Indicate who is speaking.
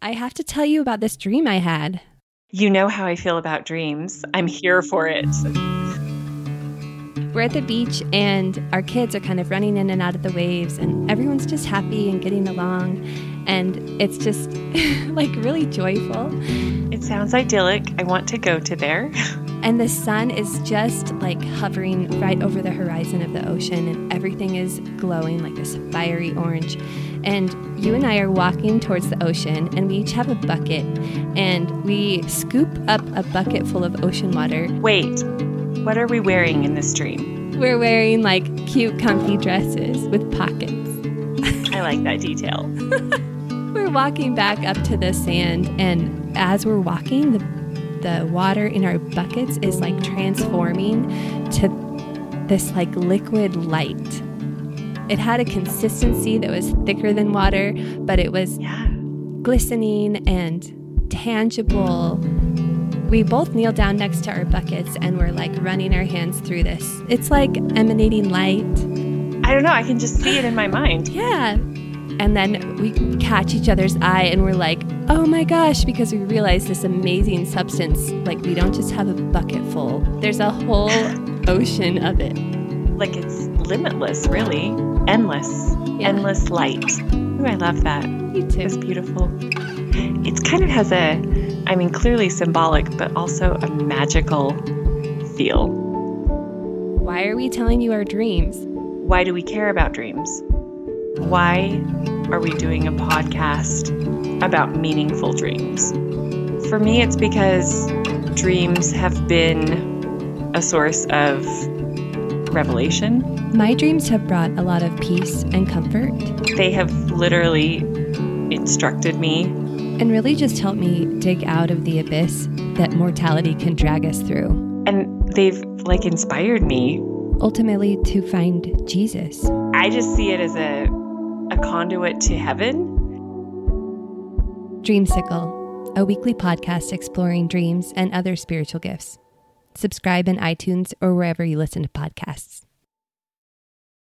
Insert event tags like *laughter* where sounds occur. Speaker 1: I have to tell you about this dream I had.
Speaker 2: You know how I feel about dreams. I'm here for it.
Speaker 1: We're at the beach, and our kids are kind of running in and out of the waves, and everyone's just happy and getting along. And it's just *laughs* like really joyful.
Speaker 2: It sounds idyllic. I want to go to there. *laughs*
Speaker 1: And the sun is just like hovering right over the horizon of the ocean, and everything is glowing like this fiery orange. And you and I are walking towards the ocean, and we each have a bucket, and we scoop up a bucket full of ocean water.
Speaker 2: Wait, what are we wearing in this dream?
Speaker 1: We're wearing like cute, comfy dresses with pockets.
Speaker 2: I like that detail.
Speaker 1: We're walking back up to the sand, and as we're walking, the the water in our buckets is like transforming to this like liquid light. It had a consistency that was thicker than water, but it was
Speaker 2: Yeah.
Speaker 1: glistening and tangible. We both kneel down next to our buckets and we're like running our hands through this. It's like emanating light.
Speaker 2: I don't know. I can just see it in my mind.
Speaker 1: Yeah. And then we catch each other's eye and we're like, oh my gosh, because we realize this amazing substance. Like, we don't just have a bucket full, there's a whole ocean of it.
Speaker 2: Like it's limitless, really. Endless.
Speaker 1: Yeah.
Speaker 2: Endless light. Ooh, I love that.
Speaker 1: You too.
Speaker 2: It's beautiful. It kind of has a, I mean, clearly symbolic, but also a magical feel.
Speaker 1: Why are we telling you our dreams?
Speaker 2: Why do we care about dreams? Why are we doing a podcast about meaningful dreams? For me, it's because dreams have been a source of revelation.
Speaker 1: My dreams have brought a lot of peace and comfort
Speaker 2: They have literally instructed me
Speaker 1: and really just helped me dig out of the abyss that mortality can drag us through,
Speaker 2: and they've like inspired me
Speaker 1: ultimately, to find Jesus.
Speaker 2: I just see it as a a conduit to heaven.
Speaker 1: Dreamsicle, a weekly podcast exploring dreams and other spiritual gifts. Subscribe in iTunes or wherever you listen to podcasts.